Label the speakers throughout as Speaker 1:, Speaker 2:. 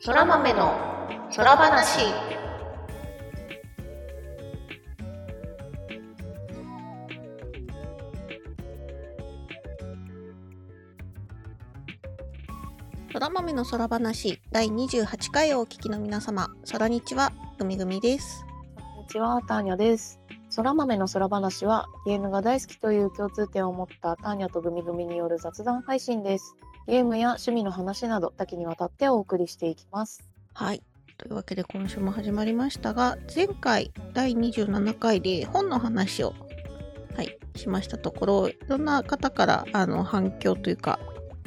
Speaker 1: そら豆の空話そら豆の空話第28回をお聞きの皆様そらにちはぐみぐみです
Speaker 2: こんにちは、ターニャです。そら豆の空話はゲームが大好きという共通点を持ったターニャとグミグミによる雑談配信です。ゲームや趣味の話など多岐にわたってお送りしていきます。
Speaker 1: はいというわけで今週も始まりましたが前回第27回で本の話をはいしましたところいろんな方からあの反響というか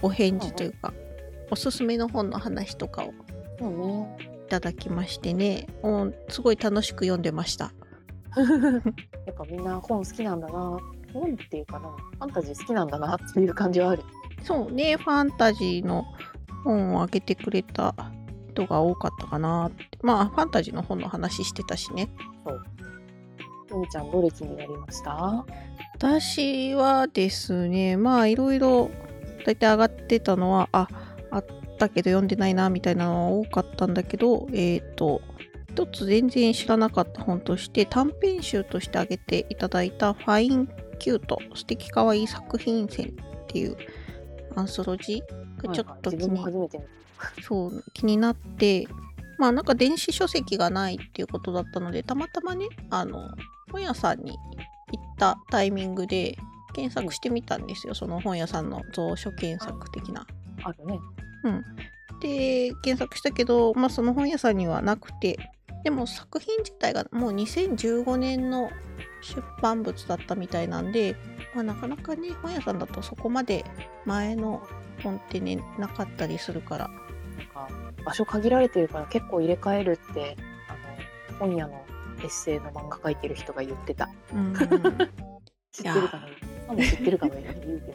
Speaker 1: お返事というかおすすめの本の話とかを
Speaker 2: そうね。
Speaker 1: いただきましてね、うん、すごい楽しく読んでました。
Speaker 2: やっぱみんな本好きなんだな。本っていうかな、ファンタジー好きなんだなっていう感じはある。
Speaker 1: そうね、ファンタジーの本をあげてくれた人が多かったかなって。まあ、ファンタジーの本の話してたしね。
Speaker 2: グミちゃん、どれ気になりました
Speaker 1: 私はですね、まあ、いろいろ大体上がってたのは、あ、あったけど読んでないな、みたいなのは多かったんだけど、えっ、と、一つ全然知らなかった本として、短編集としてあげていただいた、ファインキュート、素敵可愛い作品選っていうアンソロジーがちょっと
Speaker 2: はいは
Speaker 1: 気
Speaker 2: い自分
Speaker 1: に
Speaker 2: も初めて見
Speaker 1: そう気になってまあなんか電子書籍がないっていうことだったのでたまたまねあの本屋さんに行ったタイミングで検索してみたんですよその本屋さんの蔵書検索的な。
Speaker 2: た。あるね。
Speaker 1: で検索したけど、まあ、その本屋さんにはなくてでも作品自体がもう2015年の出版物だったみたいなんで、まあ、なかなかね本屋さんだとそこまで前の本ってねなかったりするから
Speaker 2: なんか場所限られてるから結構入れ替えるって、あの、本屋のエッセイの漫画描いてる人が言ってた。
Speaker 1: うん
Speaker 2: 知ってるかな今も知ってるかな 言うけど。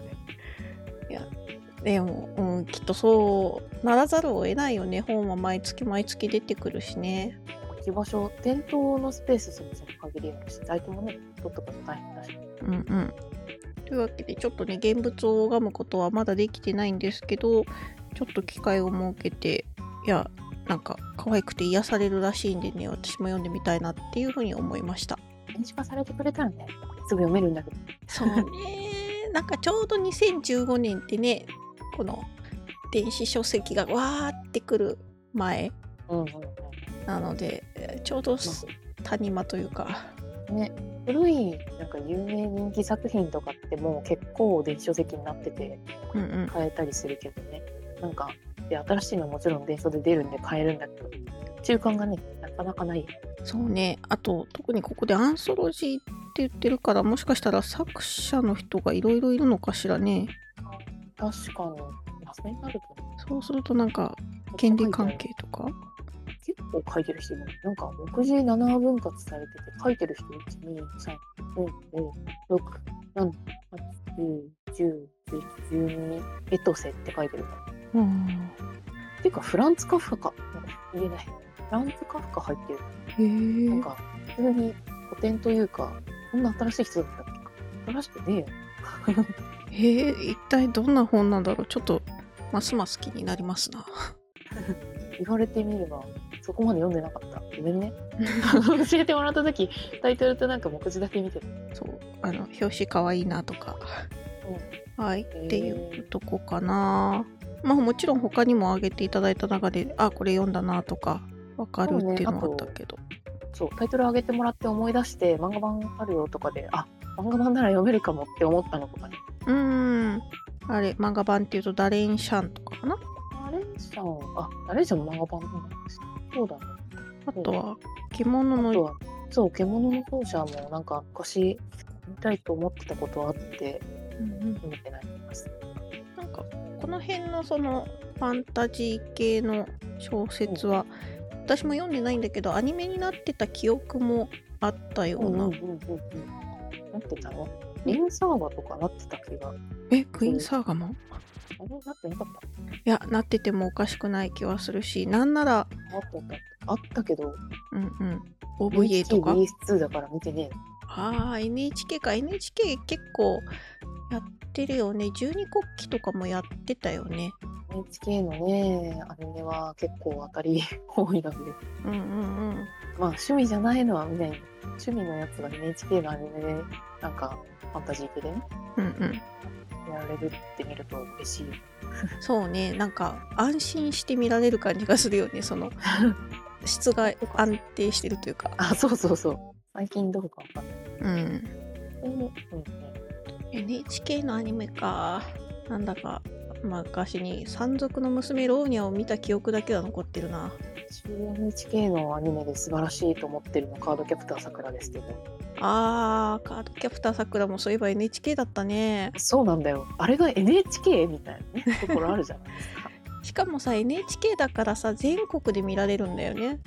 Speaker 1: でも、うん、きっとそうならざるを得ないよね本は毎月毎月出てくるしね
Speaker 2: 置き場所、店頭のスペースそもそも限りあるし、在庫もね、取っとくの大変だし。
Speaker 1: うんうんというわけでちょっとね現物を拝むことはまだできてないんですけどちょっと機会を設けていやなんか可愛くて癒されるらしいんでね私も読んでみたいなっていうふうに思いました
Speaker 2: 電子化されてくれたらね、すぐ読めるんだけど。
Speaker 1: そうね なんかちょうど2015年ってねこの電子書籍がわーってくる前
Speaker 2: うんうん
Speaker 1: なのでちょうどす谷間というか
Speaker 2: うん。ね、古いなんか有名人気作品とかってもう結構電子書籍になってて
Speaker 1: うんうん
Speaker 2: 買えたりするけどね。なんか、で新しいのはもちろん電子書で出るんで買えるんだけど、中間がね、なかなかない。
Speaker 1: そうねあと特にここでアンソロジーって言ってるからもしかしたら作者の人がいろいろいるのかしらね
Speaker 2: 確かに、まあそれになるとね、
Speaker 1: そうするとなんか権利関係とか
Speaker 2: 結構書いてる人いるなんか67分割されてて書いてる人123456789101112エトセって書いてるから
Speaker 1: うん
Speaker 2: っていうかフランツ・カフカ言えないフランツ・カフカ入ってる
Speaker 1: へ
Speaker 2: なん
Speaker 1: え
Speaker 2: か普通に古典というかこんな新しい人だったっけか新しくねえよ
Speaker 1: へえ一体どんな本なんだろうちょっとますます気になりますな
Speaker 2: 言われてみればそこまで読んでなかったごめんね教えてもらった時タイトルとなんか目次だけ見てる
Speaker 1: そうあの表紙かわいいなとかはいっていうとこかなまあもちろん他にも挙げていただいた中であこれ読んだなとかわかるっていうのはあったけど
Speaker 2: そうタイトル上げてもらって思い出して漫画版あるよとかであ漫画版なら読めるかもって思ったのとかね
Speaker 1: うーん。あれ、漫画版っていうと、ダレン・シャンとかかな
Speaker 2: ナレーションあナレーションも漫画版なんですそうだね
Speaker 1: あとは、獣
Speaker 2: あと
Speaker 1: の、
Speaker 2: はそう「獣の奏者」もなんか昔見たいと思ってたことはあって見てないです
Speaker 1: なんか、この辺のその、ファンタジー系の小説は、私も読んでないんだけど、アニメになってた記憶もあったような。
Speaker 2: なってたのリンサーバとかなってた気があれ
Speaker 1: え、クイーン・サーガマン
Speaker 2: なってなかった
Speaker 1: いや、なっててもおかしくない気はするし、なんなら、
Speaker 2: あったあったあったけど
Speaker 1: うんうん、OVA とか。
Speaker 2: BS2 だから見てね
Speaker 1: ああ、NHK か。NHK 結構やってるよね。十二国旗とかもやってたよね。
Speaker 2: え NHK のねアニメは結構当たり 多いので
Speaker 1: うんうんうん
Speaker 2: まあ趣味じゃないのは見ない趣味のやつが NHK のアニメでなんかファンタジー系でね
Speaker 1: うんうん
Speaker 2: やられるって見ると嬉しい
Speaker 1: そうねなんか安心して見られる感じがするよねそ の質が安定してるというか
Speaker 2: あそうそうそう最近どうかわかんない
Speaker 1: うん
Speaker 2: うんうんうん
Speaker 1: NHK のアニメかなんだかまあ昔に「山賊の娘ローニャ」を見た記憶だけは残ってるな
Speaker 2: NHK のアニメで素晴らしいと思ってるのカードキャプターさくらですけど
Speaker 1: あーカードキャプターさくらもそういえば NHK だったね
Speaker 2: そうなんだよあれが NHK みたいなねところあるじゃないですか
Speaker 1: しかもさ NHK だからさ全国で見られるんだよね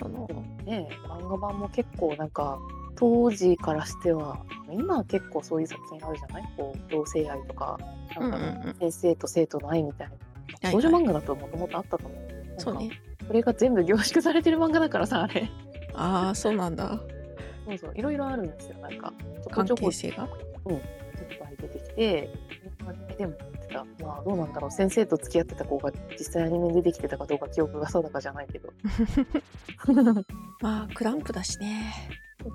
Speaker 1: その
Speaker 2: でもね漫画版も結構なんか当時からしては今は結構そういう作品あるじゃないこう同性愛とかなんかね、
Speaker 1: うんうんうん
Speaker 2: 先生と生徒の愛みたい
Speaker 1: いは
Speaker 2: ない少女漫画だともともとあったと思う、なんか
Speaker 1: そうね
Speaker 2: それが全部凝縮されてる漫画だからさあれ
Speaker 1: ああそうなんだ
Speaker 2: そうそういろいろあるんですよなんかちょこ
Speaker 1: 関
Speaker 2: ちょこ
Speaker 1: 係
Speaker 2: いっ
Speaker 1: 性が
Speaker 2: ぱい出てきてアニメでもやってたまあどうなんだろう先生と付き合ってた子が実際アニメに出てきてたかどうか記憶が定かじゃない けどそうそうそう
Speaker 1: まあクランプだしね
Speaker 2: クラ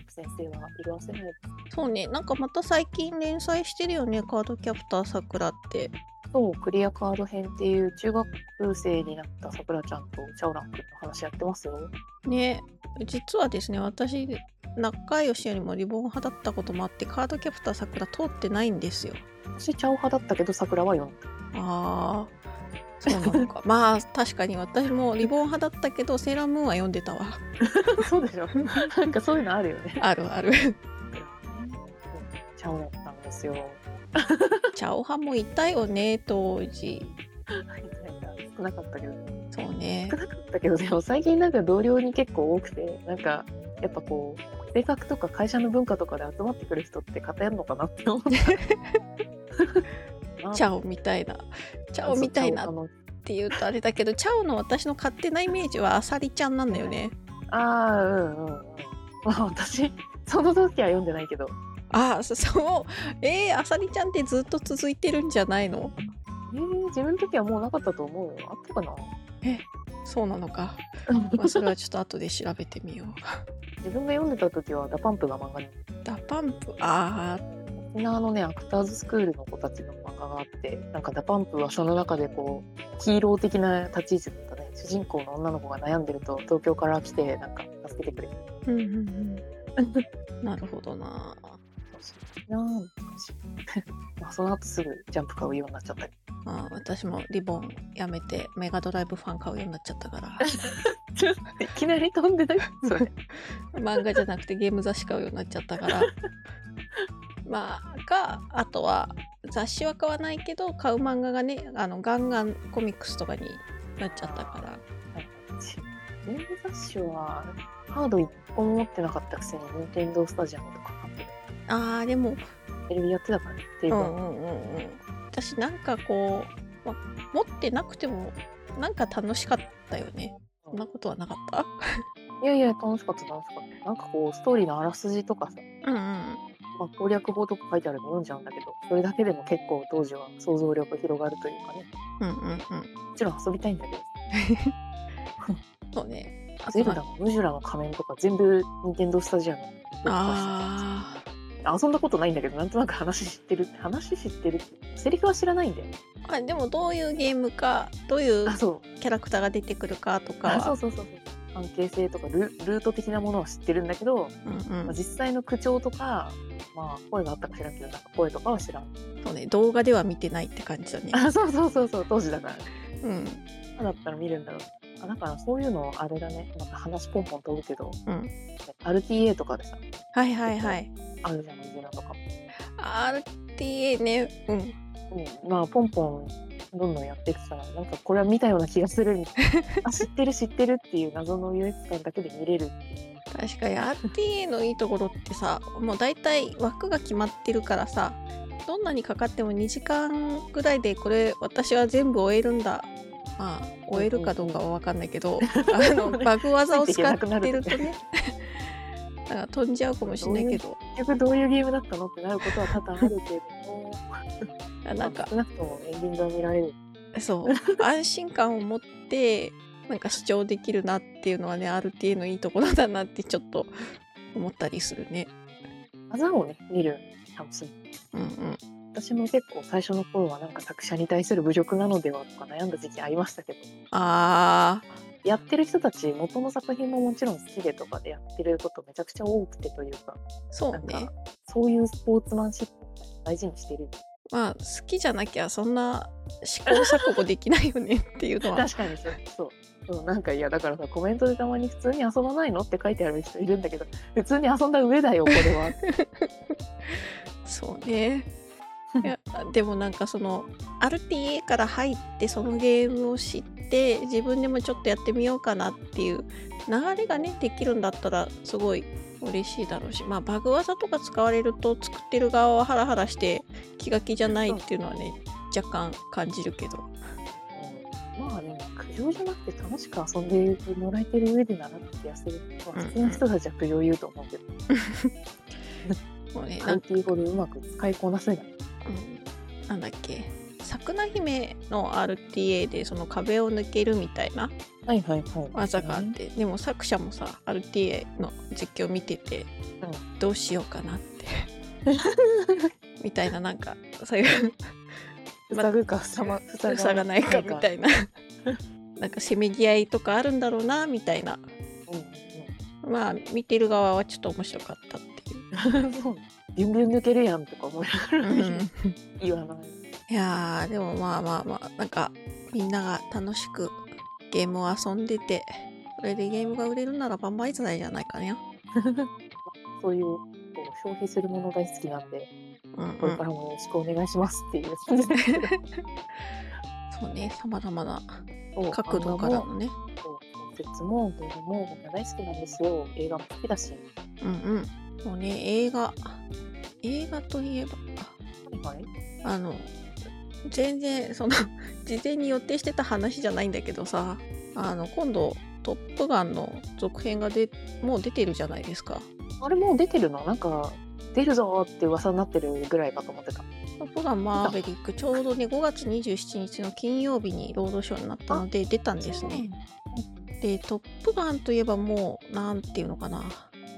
Speaker 2: ンプ先生は色褪せない
Speaker 1: そうねなんかまた最近連載してるよねカードキャプターさくらって
Speaker 2: そう、クリアカード編っていう中学生になったさくらちゃんとチャオラン君の話やってますよ。
Speaker 1: ね実はですね私仲良しよりもリボン派だったこともあってカードキャプターさくら通ってないんですよ
Speaker 2: 私、チャオ派だったけど、さくらは読んだ。
Speaker 1: ああそうなのかまあ確かに私もリボン派だったけどセーラームーンは読んでたわ
Speaker 2: そうでし ょなんかそういうのあるよね。
Speaker 1: あるある
Speaker 2: チャオだったんですよ。
Speaker 1: チャオ派もいたよね当時
Speaker 2: 少なかったけど、ね、
Speaker 1: そうね
Speaker 2: 少なかったけど、でも最近なんか同僚に結構多くて、なんかやっぱこう、性格とか会社の文化とかで集まってくる人って偏るのかなって思 った。
Speaker 1: チ
Speaker 2: ャ
Speaker 1: ャオみたいなチャオみたいなって言うとあれだけどチャオの私の勝手なイメージはアサリちゃんなんだよね
Speaker 2: ああうんうんうんまあ私その時は読んでないけど
Speaker 1: ああそそうえー、アサリちゃんってずっと続いてるんじゃないの
Speaker 2: えー、自分の時はもうなかったと思うよあったかな
Speaker 1: そうなのか、まあ、それはちょっと後で調べてみよう
Speaker 2: 自分が読んでた時はダパンプが漫画に
Speaker 1: ダパンプああ
Speaker 2: 沖縄のねアクターズスクールの子たちの漫画があってなんかダパンプはその中でこうヒーロー的な立ち位置だったね主人公の女の子が悩んでると東京から来てなんか助けてくれる
Speaker 1: うんうんうんなるほどな
Speaker 2: なんかし まあその後すぐジャンプ買うようになっちゃったり
Speaker 1: まあ私もリボンやめてメガドライブファン買うようになっちゃったから
Speaker 2: ちょっ といきなり飛んでない それ
Speaker 1: 漫画じゃなくてゲーム雑誌買うようになっちゃったからまあかあとは雑誌は買わないけど買う漫画がねあのガンガンコミックスとかになっちゃったから
Speaker 2: ゲーム雑誌はハード1個も持ってなかったくせに任天堂スタジアムとか買って
Speaker 1: あーでも
Speaker 2: テレビやってたからねテレ
Speaker 1: うんう
Speaker 2: ビ、
Speaker 1: んうんうん私なんかこう、ま、持ってなくてもなんか楽しかったよねそんなことはなかった
Speaker 2: いやいや楽しかった楽しかったなんかこうストーリーのあらすじとかさ、
Speaker 1: うんうん
Speaker 2: まあ、攻略法とか書いてあるの読んじゃうんだけどそれだけでも結構当時は想像力広がるというかね
Speaker 1: うんうんうん
Speaker 2: もちろん遊びたいんだけど
Speaker 1: そうねあと
Speaker 2: ゼル
Speaker 1: は
Speaker 2: ダのムジュラの仮面とか全部任天堂スタジアムに録画して
Speaker 1: あ
Speaker 2: た遊んだことないんだけどなんとなく話知ってる話知ってるってセリフは知らないんだよね
Speaker 1: ーあでもどういうゲームかどういう
Speaker 2: あそう
Speaker 1: キャラクターが出てくるかとか
Speaker 2: あそう
Speaker 1: は
Speaker 2: そうそうそう関係性とかルルート的なものは知ってるんだけど、
Speaker 1: うんう
Speaker 2: ま
Speaker 1: ん
Speaker 2: あ、実際の口調とか、まあ、声があったか知らんけどなんか声とかは知らん
Speaker 1: そうね動画では見てないって感じだね
Speaker 2: あそうそうそうそう当時だから
Speaker 1: うん
Speaker 2: 今だったら見るんだろうあだからそういうのあれだねまた話ポンポン飛ぶけど、
Speaker 1: うん
Speaker 2: RTA とかでさ
Speaker 1: はいはいはい
Speaker 2: あるじゃんいじらとか
Speaker 1: RTA ねうん
Speaker 2: うんまあポンポンどんどんやっていくさなんかこれは見たような気がするみたい なあ知ってる知ってるっていう謎の優越感だけで見れるっていう
Speaker 1: 確かに RTA のいいところってさもう大体枠が決まってるからさどんなにかかっても2時間ぐらいでこれ私は全部終えるんだまあ終えるかどうかは分かんないけどあ のバグ技を使ってるとね なんか飛んじゃうかもしれないけど
Speaker 2: 結局どういうゲームだったのってなることは多々あるけれども
Speaker 1: あなんか
Speaker 2: 少なくともね銀座を見られる
Speaker 1: そう安心感を持ってなんか視聴できるなっていうのはね RTA のいいところだなってちょっと思ったりするね。
Speaker 2: 技をね見る楽しみ
Speaker 1: うんうん、
Speaker 2: 私も結構最初の頃はなんか作者に対する侮辱なのではとか悩んだ時期ありましたけど
Speaker 1: あ
Speaker 2: やってる人たち元の作品ももちろん好きでとかでやってることめちゃくちゃ多くてというか
Speaker 1: ーそ
Speaker 2: な
Speaker 1: うんね
Speaker 2: かそういうスポーツマンシップ大事にしてる
Speaker 1: まあ好きじゃなきゃそんな試行錯誤できないよねっていうのは
Speaker 2: 確かにそうそうそうなんかいやだからさコメントでたまに「普通に遊ばないの?」って書いてある人いるんだけど普通に遊んだ上だよこれは
Speaker 1: そう ね。いやでもなんかその RTA から入ってそのゲームを知って自分でもちょっとやってみようかなっていう流れがねできるんだったらすごい嬉しいだろうしまあバグ技とか使われると作ってる側はハラハラして気が気じゃないっていうのはね若干感じるけど
Speaker 2: うんまあね苦情じゃなくて楽しく遊んでもらえてる上でならって痩せるのは普通の人たちは苦情言うと思うけど
Speaker 1: もうねなん
Speaker 2: IT ほどうまく使いこなせない
Speaker 1: うんなんだっけ桜姫の RTA でその壁を抜けるみたいな
Speaker 2: はいはいはい
Speaker 1: 技があって、でも作者もさ RTA の実況見てて、
Speaker 2: う
Speaker 1: どうしようかなって みたいななんかそういう
Speaker 2: 塞ぐか塞ま塞
Speaker 1: 差がないかみた
Speaker 2: い
Speaker 1: いななんかせめぎ合いとかあるんだろうなみたいなまあ見てる側はちょっと面白かったっていう。
Speaker 2: な。そうビュンビュン抜けるやんとか思いながら 言わない。
Speaker 1: いやーでもまあまあまあなんかみんなが楽しくゲームを遊んでてそれでゲームが売れるなら万々歳じゃないかね。
Speaker 2: そういうこう消費するもの大好きなんで、
Speaker 1: うんうん
Speaker 2: これからもよろしくお願いしますっていう感じですけど。
Speaker 1: そうねさまざまな
Speaker 2: そ う
Speaker 1: 角度からのね。
Speaker 2: 漫画もそう小説もゲームも僕は大好きなんですよ。映画も好きだし。
Speaker 1: うんうん。もうね、映画、映画といえば、
Speaker 2: はいはい。
Speaker 1: あの、全然、その、 事前に予定してた話じゃないんだけどさ、あの、今度、トップガンの続編がでもう出てるじゃないですか。
Speaker 2: あれもう出てるのなんか出るぞーって噂になってるぐらいかと思ってた。
Speaker 1: トップガンマーヴェリック、ちょうどね、5月27日の金曜日にロードショーになったので、出たんですね。で、トップガンといえばもう、なんていうのかな、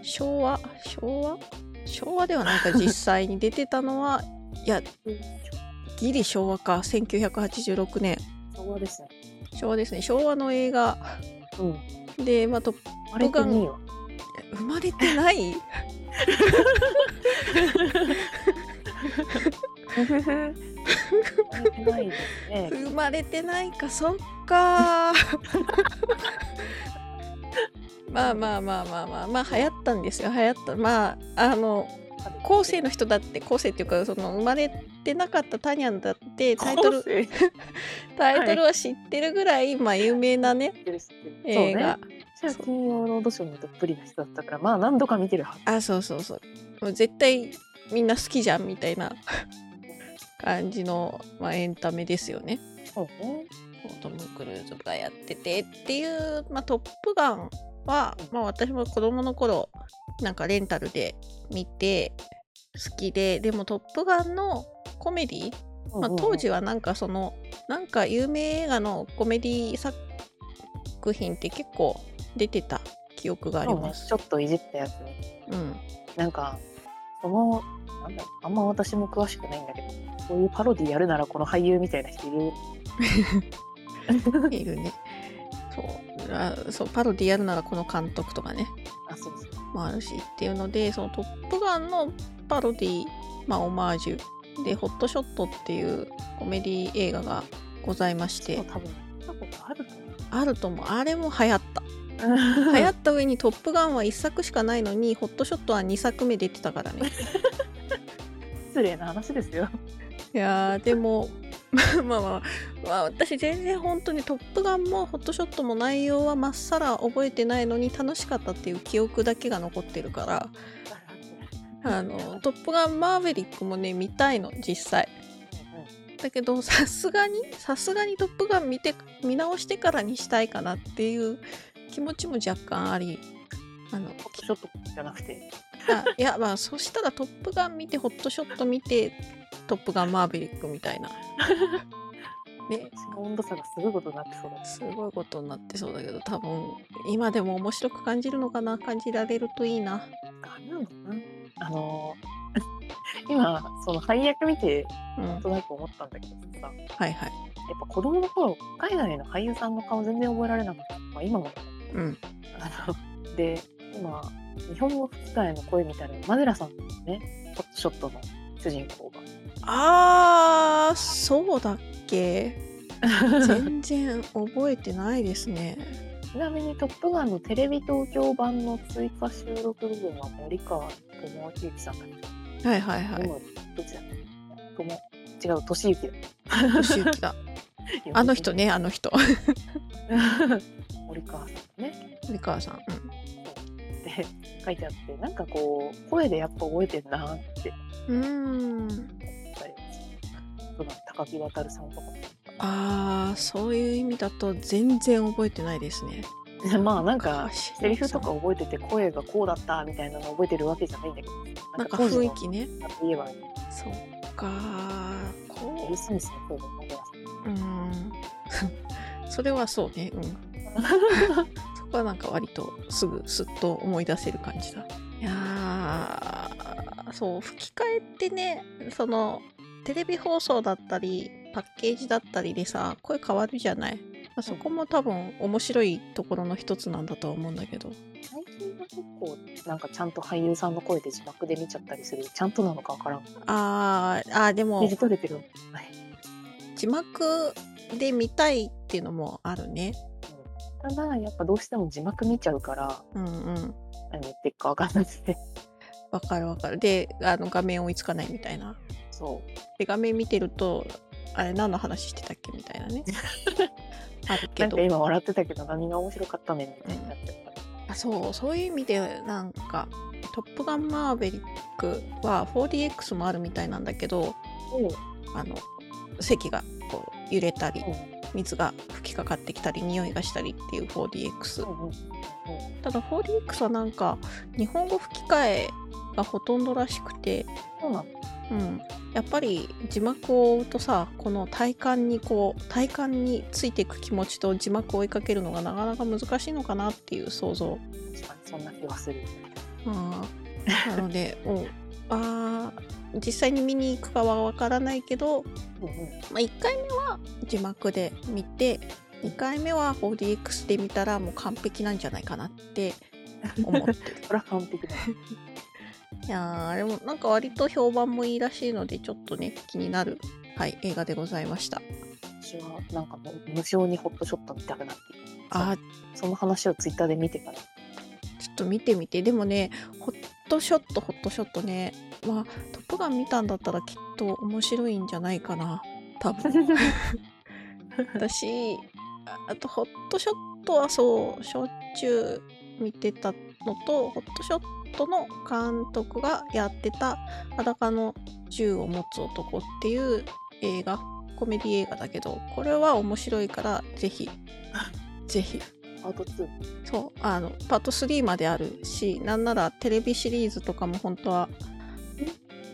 Speaker 1: 昭和昭和昭和ではないか、実際に出てたのは、いや、
Speaker 2: うん。
Speaker 1: ギリ昭和か1986年
Speaker 2: 昭和ですね。
Speaker 1: 昭和ですね昭和の映画
Speaker 2: うん。
Speaker 1: でまあと
Speaker 2: あれっていいよ。
Speaker 1: 生まれてない
Speaker 2: ないですね。
Speaker 1: 生まれてないかそっか まあまあまあまあまあまあ流行ったんですよ流行ったまああの後世の人だって後世っていうかその生まれてなかったタニャンだってタイトル
Speaker 2: ル。
Speaker 1: タイトルは知ってるぐらい、まあ有名なね映
Speaker 2: そう
Speaker 1: 画
Speaker 2: ね。じゃあ金曜ロードショーにどっぷりな人だったから、まあ何度か見てるはず。
Speaker 1: あそうそうそうもう絶対みんな好きじゃんみたいな感じの、まあ、エンタメですよね
Speaker 2: そうね。
Speaker 1: トム・クルーズがやっててっていう「まあ、トップガンは」まあ、私も子供の頃なんかレンタルで見て好きででも「トップガン」のコメディ、まあ、当時はなんかそのなんか有名映画のコメディ作品って結構出てた記憶があ
Speaker 2: あ
Speaker 1: ります
Speaker 2: ちょ。っといじったやつね。
Speaker 1: うん
Speaker 2: なんか、その、なんだろうあんま私も詳しくないんだけど、そういうパロディやるならこの俳優みたいな人い る。
Speaker 1: いるね。そうあそうパロディやるならこの監督とかね
Speaker 2: あ、そうそう。
Speaker 1: もあるしっていうのでその「トップガン」のパロディ、まあ、オマージュで「ホットショット」っていうコメディ映画がございまし
Speaker 2: そう
Speaker 1: て
Speaker 2: 多分、見たことあると思う。
Speaker 1: あるともあれも流行った流
Speaker 2: 流
Speaker 1: 行った上に「トップガン」は1作しかないのに「ホットショット」は2作目出てたからね
Speaker 2: 失礼な話ですよ。
Speaker 1: いやーでも まあまあまあ、まあ、私全然本当に「トップガン」も「ホットショット」も内容はまっさら覚えてないのに楽しかったっていう記憶だけが残ってるからあの「トップガンマーヴェリック」もね見たいの実際だけどさすがにさすがに「トップガン見て」見直してからにしたいかなっていう気持ちも若干ありあの
Speaker 2: ちょっとじゃなくて。
Speaker 1: あいやまあそしたら「トップガン」見て「ホットショット」見てトップガンマーヴェリックみたいな。ね、
Speaker 2: 温度差がすごいことになってそうだ
Speaker 1: すごいことになってそうだけど、多分今でも面白く感じるのかな、感じられるといいな。
Speaker 2: あれなのかなあの ー今その配役見て
Speaker 1: うん、
Speaker 2: なんとなく思ったんだけどさやっ
Speaker 1: はいはい。
Speaker 2: ぱ子供の頃海外の俳優さんの顔全然覚えられなくて、まあ、今も
Speaker 1: うん、
Speaker 2: あので今日本語吹き替えの声みたいなマデラさんのねホットショットの主人公が
Speaker 1: あー、そうだっけ 全然覚えてないですね。
Speaker 2: ちなみに「トップガン」のテレビ東京版の追加収録部分は森川智之さんだっ
Speaker 1: はいはい
Speaker 2: け
Speaker 1: は
Speaker 2: ど、
Speaker 1: い。
Speaker 2: 今どっちだっけ友違う俊之だ
Speaker 1: 年行きだ。あの人ね、あの人。
Speaker 2: 森川さんね
Speaker 1: 美川さん。うん
Speaker 2: って書いてあってなんかこう声でやっぱ覚えてんなって
Speaker 1: うーん
Speaker 2: 思ったりはしその高木渉さんとか
Speaker 1: あーそういう意味だと全然覚えてないですね。
Speaker 2: でまあなん
Speaker 1: 高
Speaker 2: か
Speaker 1: 橋
Speaker 2: セリフとか覚えてて声がこうだったみたいなの覚えてるわけじゃないんだけど
Speaker 1: なんか雰囲気ね。
Speaker 2: なんか当時の言えば
Speaker 1: そっかー
Speaker 2: エ
Speaker 1: こ
Speaker 2: ル・スミスの声が思い出す
Speaker 1: ううーん それはそうねうんそこはなんか割とすぐすっと思い出せる感じだいやーそう吹き替えってねそのテレビ放送だったりパッケージだったりでさ声変わるじゃない、まあ、そこも多分面白いところの一つなんだとは思うんだけど
Speaker 2: 最近は結構なんかちゃんと俳優さんの声で字幕で見ちゃったりするちゃんとなのかわからん
Speaker 1: あーあーでも
Speaker 2: 見取れてるはい
Speaker 1: 字幕で見たいっていうのもあるね
Speaker 2: ただやっぱどうしても字幕見ちゃうから
Speaker 1: うんうん
Speaker 2: 何言ってるかわかんなくて
Speaker 1: わかるわかるであの画面追いつかないみたいな
Speaker 2: そう
Speaker 1: で画面見てるとあれ何の話してたっけみたいな ねあるけ
Speaker 2: なん
Speaker 1: ど
Speaker 2: か今笑ってたけど何が面白かったねんみたいになっちゃうから
Speaker 1: あそうそういう意味でなんか「トップガンマーヴェリック」は 4DX もあるみたいなんだけど
Speaker 2: そう
Speaker 1: あの席がこう揺れたり
Speaker 2: うん
Speaker 1: 水が吹きかかってきたり匂いがしたりっていう 4DX
Speaker 2: うんうん
Speaker 1: ただ 4DX はなんか日本語吹き替えがほとんどらしくて
Speaker 2: そうなの
Speaker 1: うん、やっぱり字幕を追うとさこの体感にこう体感についていく気持ちと字幕を追いかけるのがなかなか難しいのかなっていう想像、
Speaker 2: 確かにそんな気はする
Speaker 1: うん、なので うんあー実際に見に行くかは分からないけど、
Speaker 2: うんうん
Speaker 1: まあ、1回目は字幕で見て2回目は 4DX で見たらもう完璧なんじゃないかなって思 ってる。
Speaker 2: それは完璧だ
Speaker 1: いやーでもなんか割と評判もいいらしいのでちょっとね気になる、はい、映画でございました。
Speaker 2: 私はなんかもう無性にホットショット見たくなっている
Speaker 1: あー
Speaker 2: その話をツイッターで見てから
Speaker 1: ちょっと見てみてでもねホットショットホットショットねまあ「トップガン」見たんだったらきっと面白いんじゃないかな多分私ああとホットショットはそうしょっちゅう見てたのとホットショットの監督がやってた「裸の銃を持つ男」っていう映画コメディ映画だけどこれは面白いからぜひぜひ
Speaker 2: パート2
Speaker 1: そうあのパート3まであるしなんならテレビシリーズとかも本当は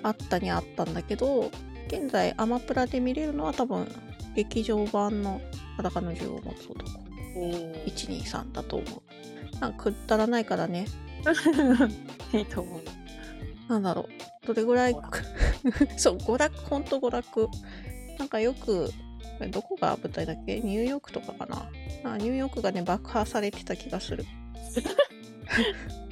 Speaker 1: あったにあったんだけど現在アマプラで見れるのは多分劇場版の「裸の銃を持つ男
Speaker 2: え
Speaker 1: 123」だと思うなんかくだらないからね
Speaker 2: ーいいと思う
Speaker 1: なんだろうどれぐらい
Speaker 2: 娯
Speaker 1: そう娯楽ほんと娯楽なんかよくどこが舞台だっけニューヨークとかかなあニューヨークがね爆破されてた気が する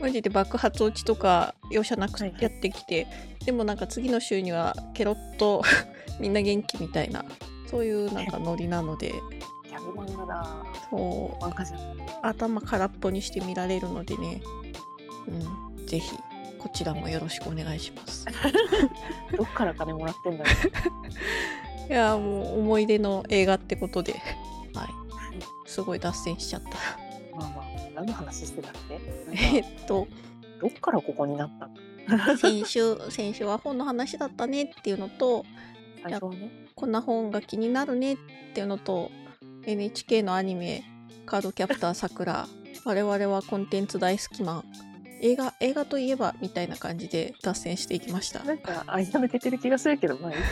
Speaker 1: マジで爆発落ちとか容赦なく
Speaker 2: はいはい
Speaker 1: やってきて、でもなんか次の週にはケロッと みんな元気みたいなそういうなんかノリなので
Speaker 2: ギャグ漫画だ
Speaker 1: そう
Speaker 2: 漫画じゃん
Speaker 1: 頭空っぽにして見られるのでね、うん、ぜひこちらもよろしくお願いします。
Speaker 2: どっから金もらってんだろ
Speaker 1: いやーもう思い出の映画ってことで、はい、すごい脱線しちゃった。
Speaker 2: う まあまあ何の話してたっけ
Speaker 1: え
Speaker 2: なん
Speaker 1: っ
Speaker 2: か
Speaker 1: と
Speaker 2: どっからここになった の
Speaker 1: 先週先週は本の話だったねっていうのと
Speaker 2: 最初はね
Speaker 1: こんな本が気になるねっていうのと NHK のアニメ「カードキャプターさくら」我々はコンテンツ大好きマン映画映画といえばみたいな感じで脱線していきました
Speaker 2: なんか間抜けてる気がするけどまあいい か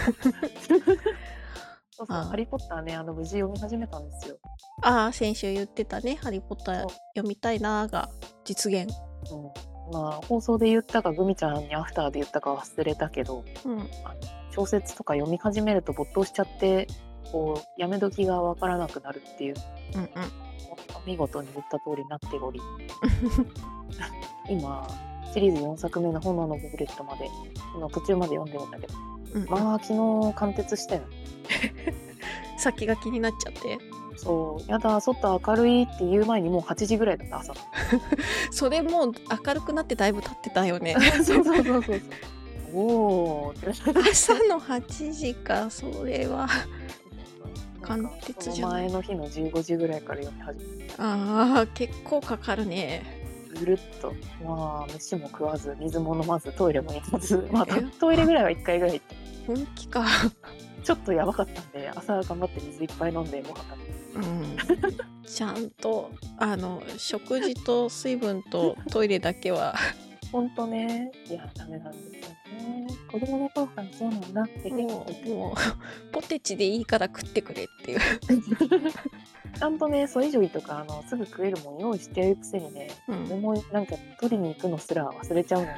Speaker 2: そうそう
Speaker 1: あー
Speaker 2: ハリー・ポッター」ねあの無事読み始めたんですよ、
Speaker 1: ああ先週言ってたね「ハリー・ポッター
Speaker 2: そう
Speaker 1: 読みたいな」が実現
Speaker 2: うん、まあ放送で言ったかグミちゃんにアフターで言ったか忘れたけど
Speaker 1: うん
Speaker 2: 小説とか読み始めると没頭しちゃってこうやめ時が分からなくなるっていう
Speaker 1: うんうん
Speaker 2: 見事に言った通りになっており今シリーズ4作目の「炎のゴブレット」まで今途中まで読んでるんだけど
Speaker 1: うんうん
Speaker 2: まあ昨日貫徹したよ
Speaker 1: 先が気になっちゃって
Speaker 2: そうやだ外明るいって言う前にもう8時ぐらいだった朝
Speaker 1: それもう明るくなってだいぶ経ってた よね
Speaker 2: そうそうそうそうおお
Speaker 1: 朝の8時かそれは貫徹じゃない
Speaker 2: 前の日の15時ぐらいから読み始め
Speaker 1: あー結構かかるね
Speaker 2: ぐるっとまあ飯も食わず水も飲まずトイレも行かず、まあ、ト
Speaker 1: え
Speaker 2: トイレぐらいは1回ぐらい行って
Speaker 1: 本気か
Speaker 2: ちょっとやばかったんで朝頑張って水いっぱい飲んでご飯食べて
Speaker 1: うん ちゃんとあの食事と水分 とトイレだけは
Speaker 2: ほんとねいやダメなんですよね子供の頃からそうなんだって
Speaker 1: もうもうポテチでいいから食ってくれっていう、
Speaker 2: ちゃんとねそれ以上とかあのすぐ食えるもん用意してるくせにね
Speaker 1: うん
Speaker 2: 思いなんか取りに行くのすら忘れちゃうの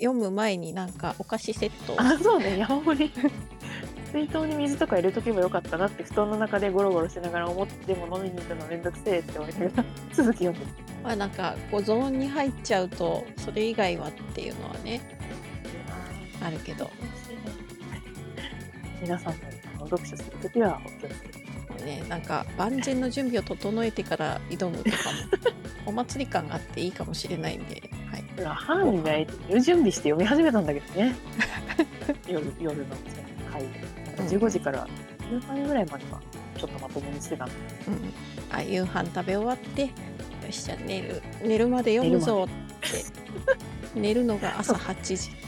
Speaker 1: 読む前になんかお菓子セットを
Speaker 2: あそうね山盛り 水筒に水とか入れとけばよかったなって布団の中でゴロゴロしながら思っても飲みに行くのめんどくせえって思いながら続き読んで
Speaker 1: まあなんかこうゾーンに入っちゃうとそれ以外はっていうのはねあるけども
Speaker 2: 皆さんもあの読書するときはお気をつけて
Speaker 1: うねなんか万全の準備を整えてから挑むとか もお祭り感があっていいかもしれないんで、はい、
Speaker 2: ほら歯磨いて寝る準備して読み始めたんだけどね 夜夜の会
Speaker 1: うん
Speaker 2: で15時から夕飯ぐらいまではちょっとまともにしてたんで
Speaker 1: うん、あ夕飯食べ終わってよしじゃあ寝る寝るまで読むぞ って寝るのが朝8時って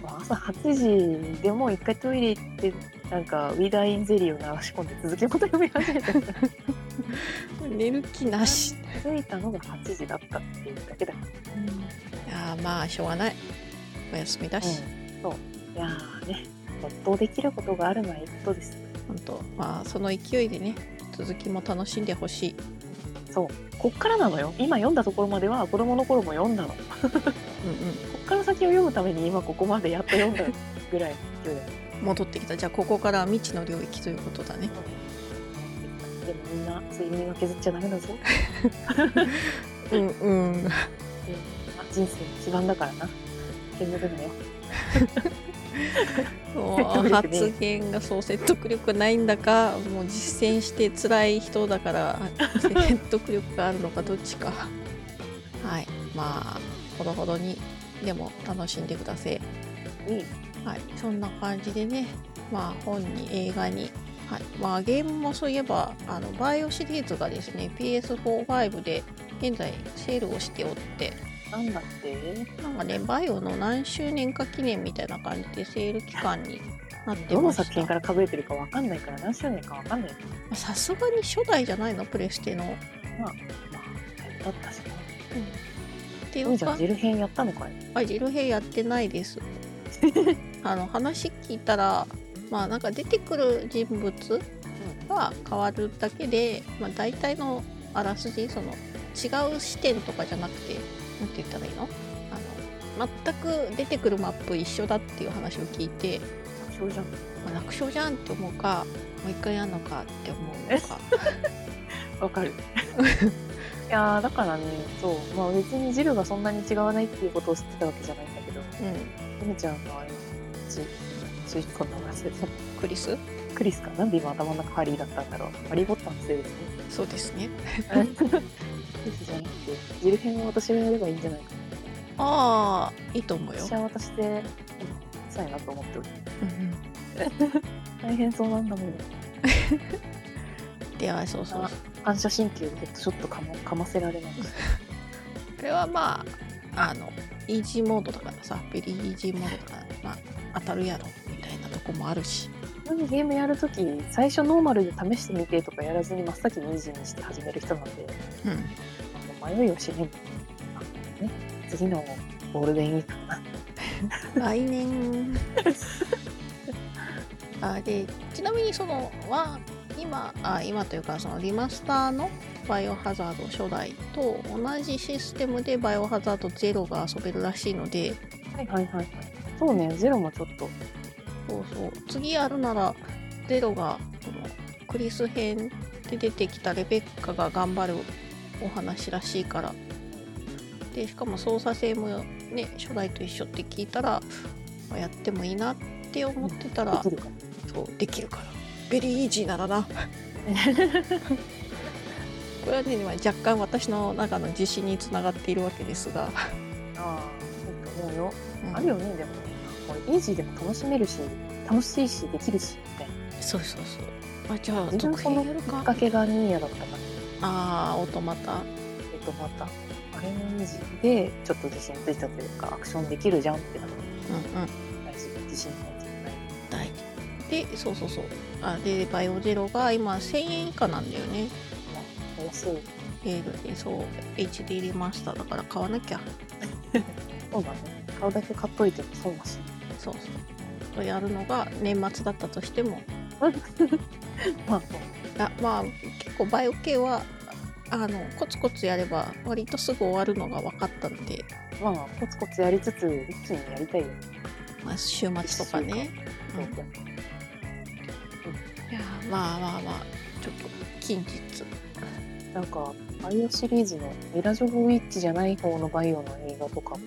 Speaker 2: まあ朝8時でも一回トイレ行ってなんかウィダーインゼリーを流し込んで続きのこと読み始めた
Speaker 1: 寝る気なし
Speaker 2: 気づいたのが8時だったっていうだけだから、
Speaker 1: あーまあしょうがないお休みだし、
Speaker 2: そういやーね没頭できることがあるのはいいことです
Speaker 1: ほん、とまあその勢いでね続きも楽しんでほしい
Speaker 2: こっからなのよ今読んだところまでは子供の頃も読んだのこ
Speaker 1: うん
Speaker 2: っから先を読むために今ここまでやっと読んだぐらいの勢いだよ
Speaker 1: うん戻ってきたじゃあここから未知の領域ということだね
Speaker 2: でもみんな睡眠は削っちゃダメだぞ
Speaker 1: うんうん
Speaker 2: あ人生の基盤だからな削るのよ
Speaker 1: も
Speaker 2: 説得
Speaker 1: う
Speaker 2: 力ね
Speaker 1: 発言がそう説得力ないんだかもう実践して辛い人だからあ説得力があるのかどっちかはいまあほどほどにでも楽しんでください、
Speaker 2: いい
Speaker 1: はい、そんな感じでねまあ本に映画に、はいまあ、ゲームもそういえばあのバイオシリーズがですね PS45 で現在セールをしておって
Speaker 2: なんだって
Speaker 1: なんかねバイオの何周年か記念みたいな感じでセール期間になって
Speaker 2: ど
Speaker 1: ま
Speaker 2: の
Speaker 1: した
Speaker 2: 作品から数えてるかわかんないから何周年かわかんないけど
Speaker 1: まあさすがに初代じゃないのプレステの。
Speaker 2: まあだったしね
Speaker 1: ってい
Speaker 2: みー
Speaker 1: う
Speaker 2: ちゃ
Speaker 1: か
Speaker 2: んジル編やったのかい
Speaker 1: あジルヘイやってないです。 あの話聞いたらまあなんか出てくる人物が変わるだけで、まあ、大体のあらすじその違う視点とかじゃなくてなんて言ったらいいのあの全く出てくるマップ一緒だっていう話を聞いて、
Speaker 2: 少女
Speaker 1: まあ、楽勝じゃんって思うかもう一回やんのかって思う のか。
Speaker 2: わかるいやーだからねそうまあ別にジルがそんなに違わないっていうことを知ってたわけじゃないんだけど
Speaker 1: うん、
Speaker 2: みーちゃんのあれちちゅこんな忘れた
Speaker 1: クリス
Speaker 2: クリスかなんで今頭の中ハリーだったんだろうハリー・ポッターのせいですね
Speaker 1: そうですね。
Speaker 2: クリスじゃなくてジル編を私がやればいいんじゃないか
Speaker 1: ああいいと思うよ
Speaker 2: 私。は私でうんしたいなと思っており
Speaker 1: うん
Speaker 2: 大変そうなんだもん
Speaker 1: うん、ではそうそう
Speaker 2: あ反射神経でヘッドショットかもかませられない
Speaker 1: これはまああのイージーモードだからさベリーイージーモードだから、まあ、当たるやろみたいなとこもあるし
Speaker 2: なのでゲームやるとき最初ノーマルで試してみてとかやらずに真っ先にイージーにして始める人なんで
Speaker 1: うん
Speaker 2: あの迷いはしないあ次のゴールデンウィークか
Speaker 1: 来年あでちなみにそのは今あ今というかそのリマスターの「バイオハザード」初代と同じシステムで「バイオハザード0」が遊べるらしいので
Speaker 2: な。はいはいはい。そうね、ゼロもちょっと。
Speaker 1: そうそう次やるなら「0」がこのクリス編で出てきたレベッカが頑張るお話らしいからでしかも操作性もね初代と一緒って聞いたらあやってもいいなって思ってたら
Speaker 2: できるか
Speaker 1: そうできるからベリーイージーならなこれはね今若干私の中の自信につながっているわけですが、
Speaker 2: ああ、そうと思うよ。あるよね、でも。これ、イージーでも楽しめるし、楽しいし、できるし、みたいな。
Speaker 1: そうそうそうあじゃあ
Speaker 2: 自分
Speaker 1: 続
Speaker 2: そ
Speaker 1: 編
Speaker 2: の
Speaker 1: や
Speaker 2: き
Speaker 1: る
Speaker 2: っ
Speaker 1: か
Speaker 2: かけがニーヤだったから、
Speaker 1: ああオートマタ
Speaker 2: えっと、また、あれのイージーで、ちょっと自信ついたというか、アクションできるじゃんってなっ
Speaker 1: うんうん
Speaker 2: 大事自信ついたじゃない。
Speaker 1: 大事でそうそうそうあでバイオゼロが今1000円以下なんだよね
Speaker 2: まあ安い。
Speaker 1: レールでそう HD リマスターだから買わなきゃ
Speaker 2: そうだね。顔だけ買っといても損だし。
Speaker 1: そうそうとやるのが年末だったとしても
Speaker 2: まあ、
Speaker 1: あまあ結構バイオ系はあのコツコツやれば割とすぐ終わるのが分かったんで、
Speaker 2: まあ、コツコツやりつつ、一気にやりたいよね。
Speaker 1: まあ、週末とかねうんいやまあまあまあちょっと近日
Speaker 2: なんか、バイオシリーズのミラ・ジョボウィッチじゃない方のバイオの映画とかも、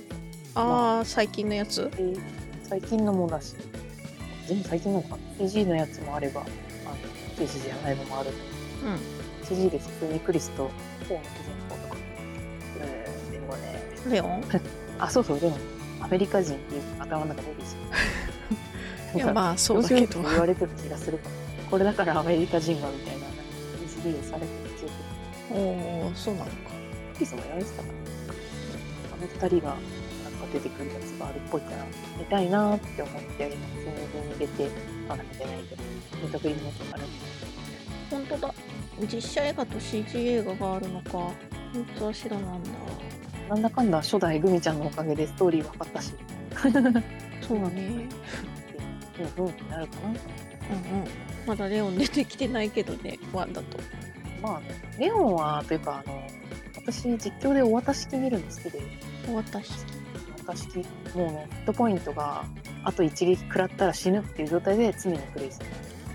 Speaker 1: ああ最近のやつ
Speaker 2: 最近のもだし、全部最近なのかな ?CG のやつもあれば、あの、CG じゃないのもある。
Speaker 1: う
Speaker 2: CG で普通にクリスと、フォーの主人公とか。うん、でもね、
Speaker 1: んレオン
Speaker 2: あ、そうそう、でも、アメリカ人って頭の中でいいですよ。
Speaker 1: いやまあそうだ
Speaker 2: 面白
Speaker 1: け
Speaker 2: いと
Speaker 1: ど
Speaker 2: 言われてる気がするからこれだからアメリカ人がみたいな SB をされてる記憶
Speaker 1: おおーそうなのか
Speaker 2: クリスもやられてたからあの二人がなんか出てくるやつがあるっぽいから見たいなーって思ってその分に入れてまだ見てないけど見たくりになったから
Speaker 1: 本当だ実写映画と CG 映画があるのか本当は知らなんだ
Speaker 2: なんだかんだ初代グミちゃんのおかげでストーリー分かったし
Speaker 1: そうだね
Speaker 2: うんうんになるかな
Speaker 1: うんうんまだレオン出てきてないけどねワンだと
Speaker 2: まあねレオンはというかあの私実況でお渡し式見るの好きで
Speaker 1: 私
Speaker 2: 私もうねヒットポイントがあと一撃食らったら死ぬっていう状態で常にプレイす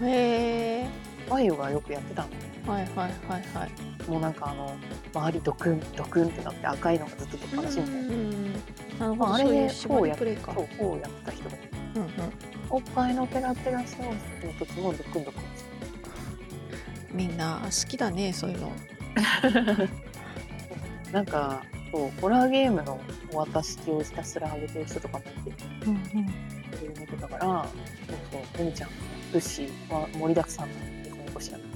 Speaker 2: る
Speaker 1: へえ
Speaker 2: バイオがよくやってたの
Speaker 1: はいはいはいはい
Speaker 2: もうなんかあの周りドクンドクンってなって赤いのがずっと出っ放しみたいな、
Speaker 1: なるほ
Speaker 2: ま
Speaker 1: ど、
Speaker 2: あ、あ
Speaker 1: そう
Speaker 2: れ
Speaker 1: い
Speaker 2: で
Speaker 1: う
Speaker 2: こ
Speaker 1: 絞
Speaker 2: う
Speaker 1: り
Speaker 2: やっ
Speaker 1: プレイか
Speaker 2: そうこうやってた人が
Speaker 1: うんうん
Speaker 2: おっぱいのペラペラソースの時もドクンドクンして
Speaker 1: みんな好きだねそういうの
Speaker 2: たなんかそうホラーゲームのお渡し器をひたすら上げてる人とかもいて
Speaker 1: うんうん
Speaker 2: それを見てたからそうそうゆみちゃん物資は盛りだくさんなんでこの子知らない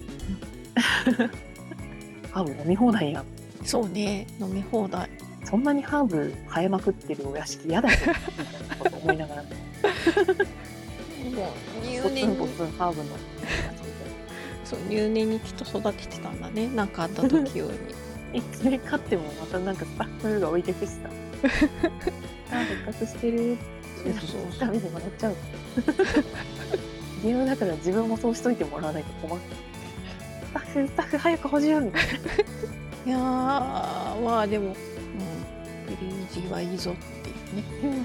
Speaker 2: ハーブ飲み放題やん
Speaker 1: そうね飲み放題
Speaker 2: そんなにハーブ生えまくってるお屋敷嫌だよ みたいなこと思いながら
Speaker 1: もう
Speaker 2: ポ
Speaker 1: 入
Speaker 2: ツ
Speaker 1: 念
Speaker 2: ンポ
Speaker 1: に
Speaker 2: ツンハーブの
Speaker 1: そう入念にきっと育ててたんだねなんかあった時 用に
Speaker 2: いつで買ってもまたなんかスタッフが置いてく しさあ復活してるって
Speaker 1: そうそうそう
Speaker 2: ためにもらっちゃう ゲームだから自分もそうしといてもらわないと困るスタッフスタッフ早く補充みたい
Speaker 1: いやーまあでも、うん、フリージーはいいぞっていうね、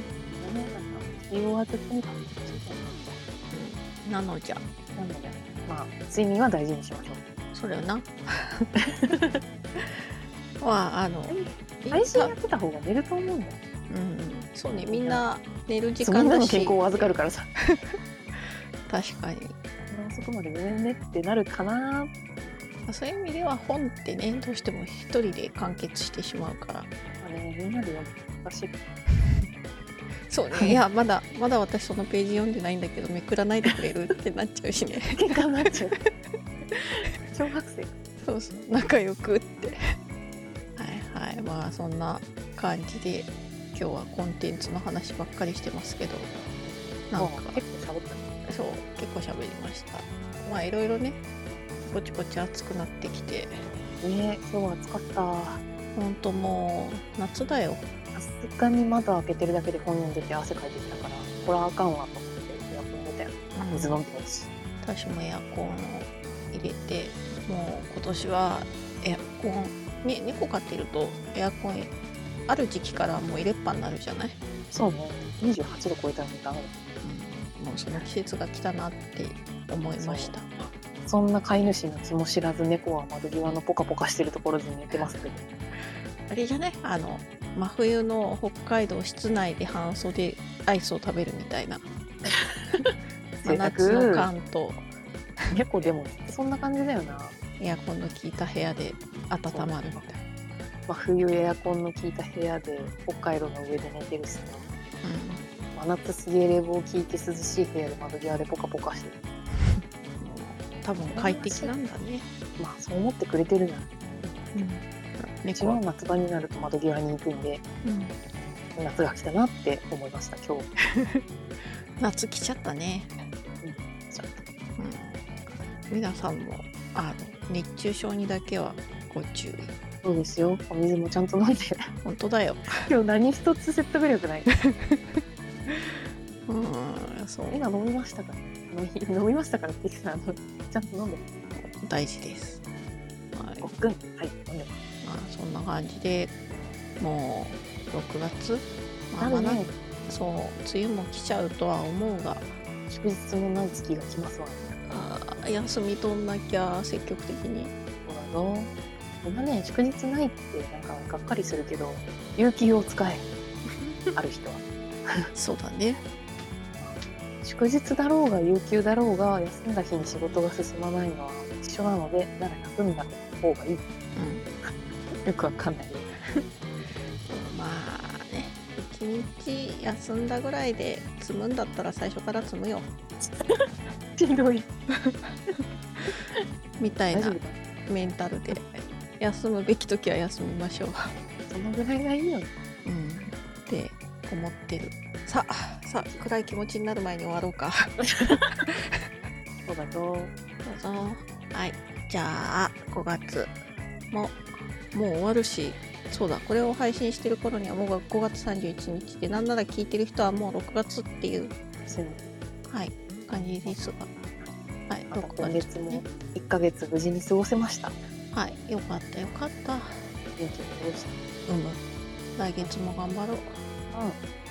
Speaker 2: な理由は絶対に考え
Speaker 1: うん、なのじゃ
Speaker 2: ちゃうなのでまあ 睡眠は大事にしましょう
Speaker 1: それをな まああの
Speaker 2: 配信や
Speaker 1: い
Speaker 2: っ
Speaker 1: い
Speaker 2: てた方が寝ると思うんだよ
Speaker 1: うん、そうねみんな寝る時
Speaker 2: そうみん
Speaker 1: 間
Speaker 2: な
Speaker 1: だ
Speaker 2: の
Speaker 1: し
Speaker 2: 健康を預かるからさ
Speaker 1: 確かに
Speaker 2: 遅くまでごめんねってなるかな
Speaker 1: まあそういう意味では本ってねどうしても一人で完結してしまうから
Speaker 2: あれみんなで読む私
Speaker 1: そう
Speaker 2: は
Speaker 1: ね
Speaker 2: い
Speaker 1: いやまだまだ私そのページ読んでないんだけどめくらないでくれるってなっちゃうし ね
Speaker 2: 喧嘩になっちゃう小学生
Speaker 1: そうそう仲良くってはいはいまあそんな感じで今日はコンテンツの話ばっかりしてますけどなんか
Speaker 2: もう結構サボった
Speaker 1: そう結構喋りましたまあいろいろねぼちぼち暑くなってきて
Speaker 2: ね今日は暑かった
Speaker 1: ほんともう夏だよ
Speaker 2: 暑すがに窓開けてるだけで本読んでて汗かいてきたからこれはあかんわと思ってエアコン出たよ水飲んでほしい
Speaker 1: 私もエアコンを入れてもう今年はエアコン、ね、猫飼ってるとエアコンある時期からもう入れっぱになるじゃない、
Speaker 2: そうね28度超えたらもうダメだ
Speaker 1: もうその季節が来たなって思いました
Speaker 2: そんな飼い主の気も知らず猫は窓際のポカポカしてるところで寝てますけど
Speaker 1: あれじゃねあの真冬の北海道室内で半袖アイスを食べるみたい な真
Speaker 2: 贅
Speaker 1: 夏の
Speaker 2: 沢
Speaker 1: 関東
Speaker 2: 猫でもそんな感じだよな、
Speaker 1: エアコンの効いた部屋で温まるみたいな、
Speaker 2: まあ、冬エアコンの効いた部屋で北海道の上で寝てるしな真夏すげえ冷房効いて涼しい部屋で窓際でポカポカしてる
Speaker 1: うん、多分快適なんだね、
Speaker 2: まあそう思ってくれてるなら
Speaker 1: うん、
Speaker 2: 一
Speaker 1: 猫は
Speaker 2: 番夏場になると窓際に行くんで
Speaker 1: うん
Speaker 2: 夏が来たなって思いました今日
Speaker 1: 夏来ちゃったね、
Speaker 2: ちょっ
Speaker 1: う
Speaker 2: と
Speaker 1: ん、皆さんもあの熱中症にだけはご注意
Speaker 2: そうですよお水もちゃんと飲んで
Speaker 1: 本当だよ
Speaker 2: 今日何一つ説得力ない
Speaker 1: うんそう
Speaker 2: 今飲みましたから飲み飲みましたからって言ってたあのちゃんと飲んで
Speaker 1: 大事です、はい
Speaker 2: ごっくんはい飲んでます
Speaker 1: まあ、そんな感じでもう6月、まあ、
Speaker 2: なる
Speaker 1: まだ
Speaker 2: ね
Speaker 1: そう梅雨も来ちゃうとは思うが
Speaker 2: 祝日のない月が来ますわ
Speaker 1: あー休み取んなきゃ積極的に
Speaker 2: そうだぞ今ね祝日ないってなんかがっかりするけど有給を使えある人は
Speaker 1: そうだね
Speaker 2: 祝日だろうが有給だろうが休んだ日に仕事が進まないのは一緒なのでなら休んだ方がいいよくわかんないよ
Speaker 1: うんまあね一日休んだぐらいで積むんだったら最初から積むよ
Speaker 2: しんどい
Speaker 1: みたい
Speaker 2: 大丈
Speaker 1: な
Speaker 2: 夫か
Speaker 1: メンタルで休むべき時は休みましょう、
Speaker 2: そのぐらいがいいよ
Speaker 1: うん、って思ってるさあさあ暗い気持ちになる前に終わろうか
Speaker 2: そうだぞ
Speaker 1: どうぞはいじゃあ5月ももう終わるしそうだこれを配信してる頃にはもう5月31日でなんなら聞いてる人はもう6月っていう、
Speaker 2: そういうの
Speaker 1: はい、感じですが、はい、
Speaker 2: また今
Speaker 1: 6月
Speaker 2: 月
Speaker 1: ね
Speaker 2: も1ヶ月無事に過ごせました
Speaker 1: はいよかったよかったう
Speaker 2: 元気に過ごした
Speaker 1: む来月も頑張ろう
Speaker 2: うん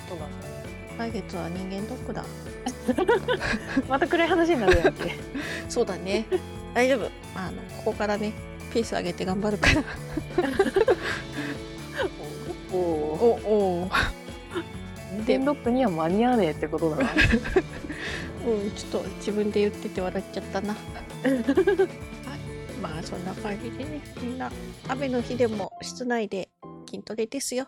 Speaker 2: そうだね
Speaker 1: 来月は人間ドックだ
Speaker 2: また暗い話になるやんけ
Speaker 1: そうだね 大丈夫あのここからねペース上げて頑張るから
Speaker 2: おお
Speaker 1: おお
Speaker 2: 電ロックには間に合わねえってことだな
Speaker 1: うん、ちょっと自分で言ってて笑っちゃったな。はい、 まあそんな感じでね、みんな雨の日でも室内で筋トレですよ。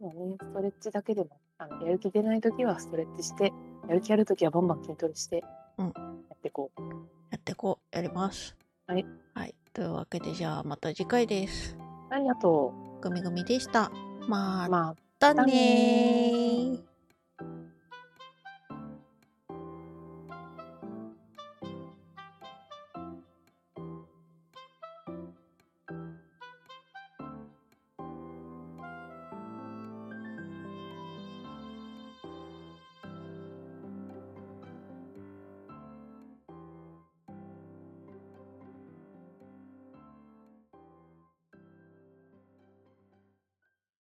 Speaker 2: もうねストレッチだけでもあのやる気出ない時はストレッチしてやる気ある時はバンバン筋トレして、
Speaker 1: うん
Speaker 2: やってこう
Speaker 1: やってこう、やります。
Speaker 2: はい。
Speaker 1: はい、というわけでじゃあまた次回です。
Speaker 2: ありがと
Speaker 1: グミグミでした。ま
Speaker 2: うまあ
Speaker 1: たね
Speaker 2: またね
Speaker 1: ー。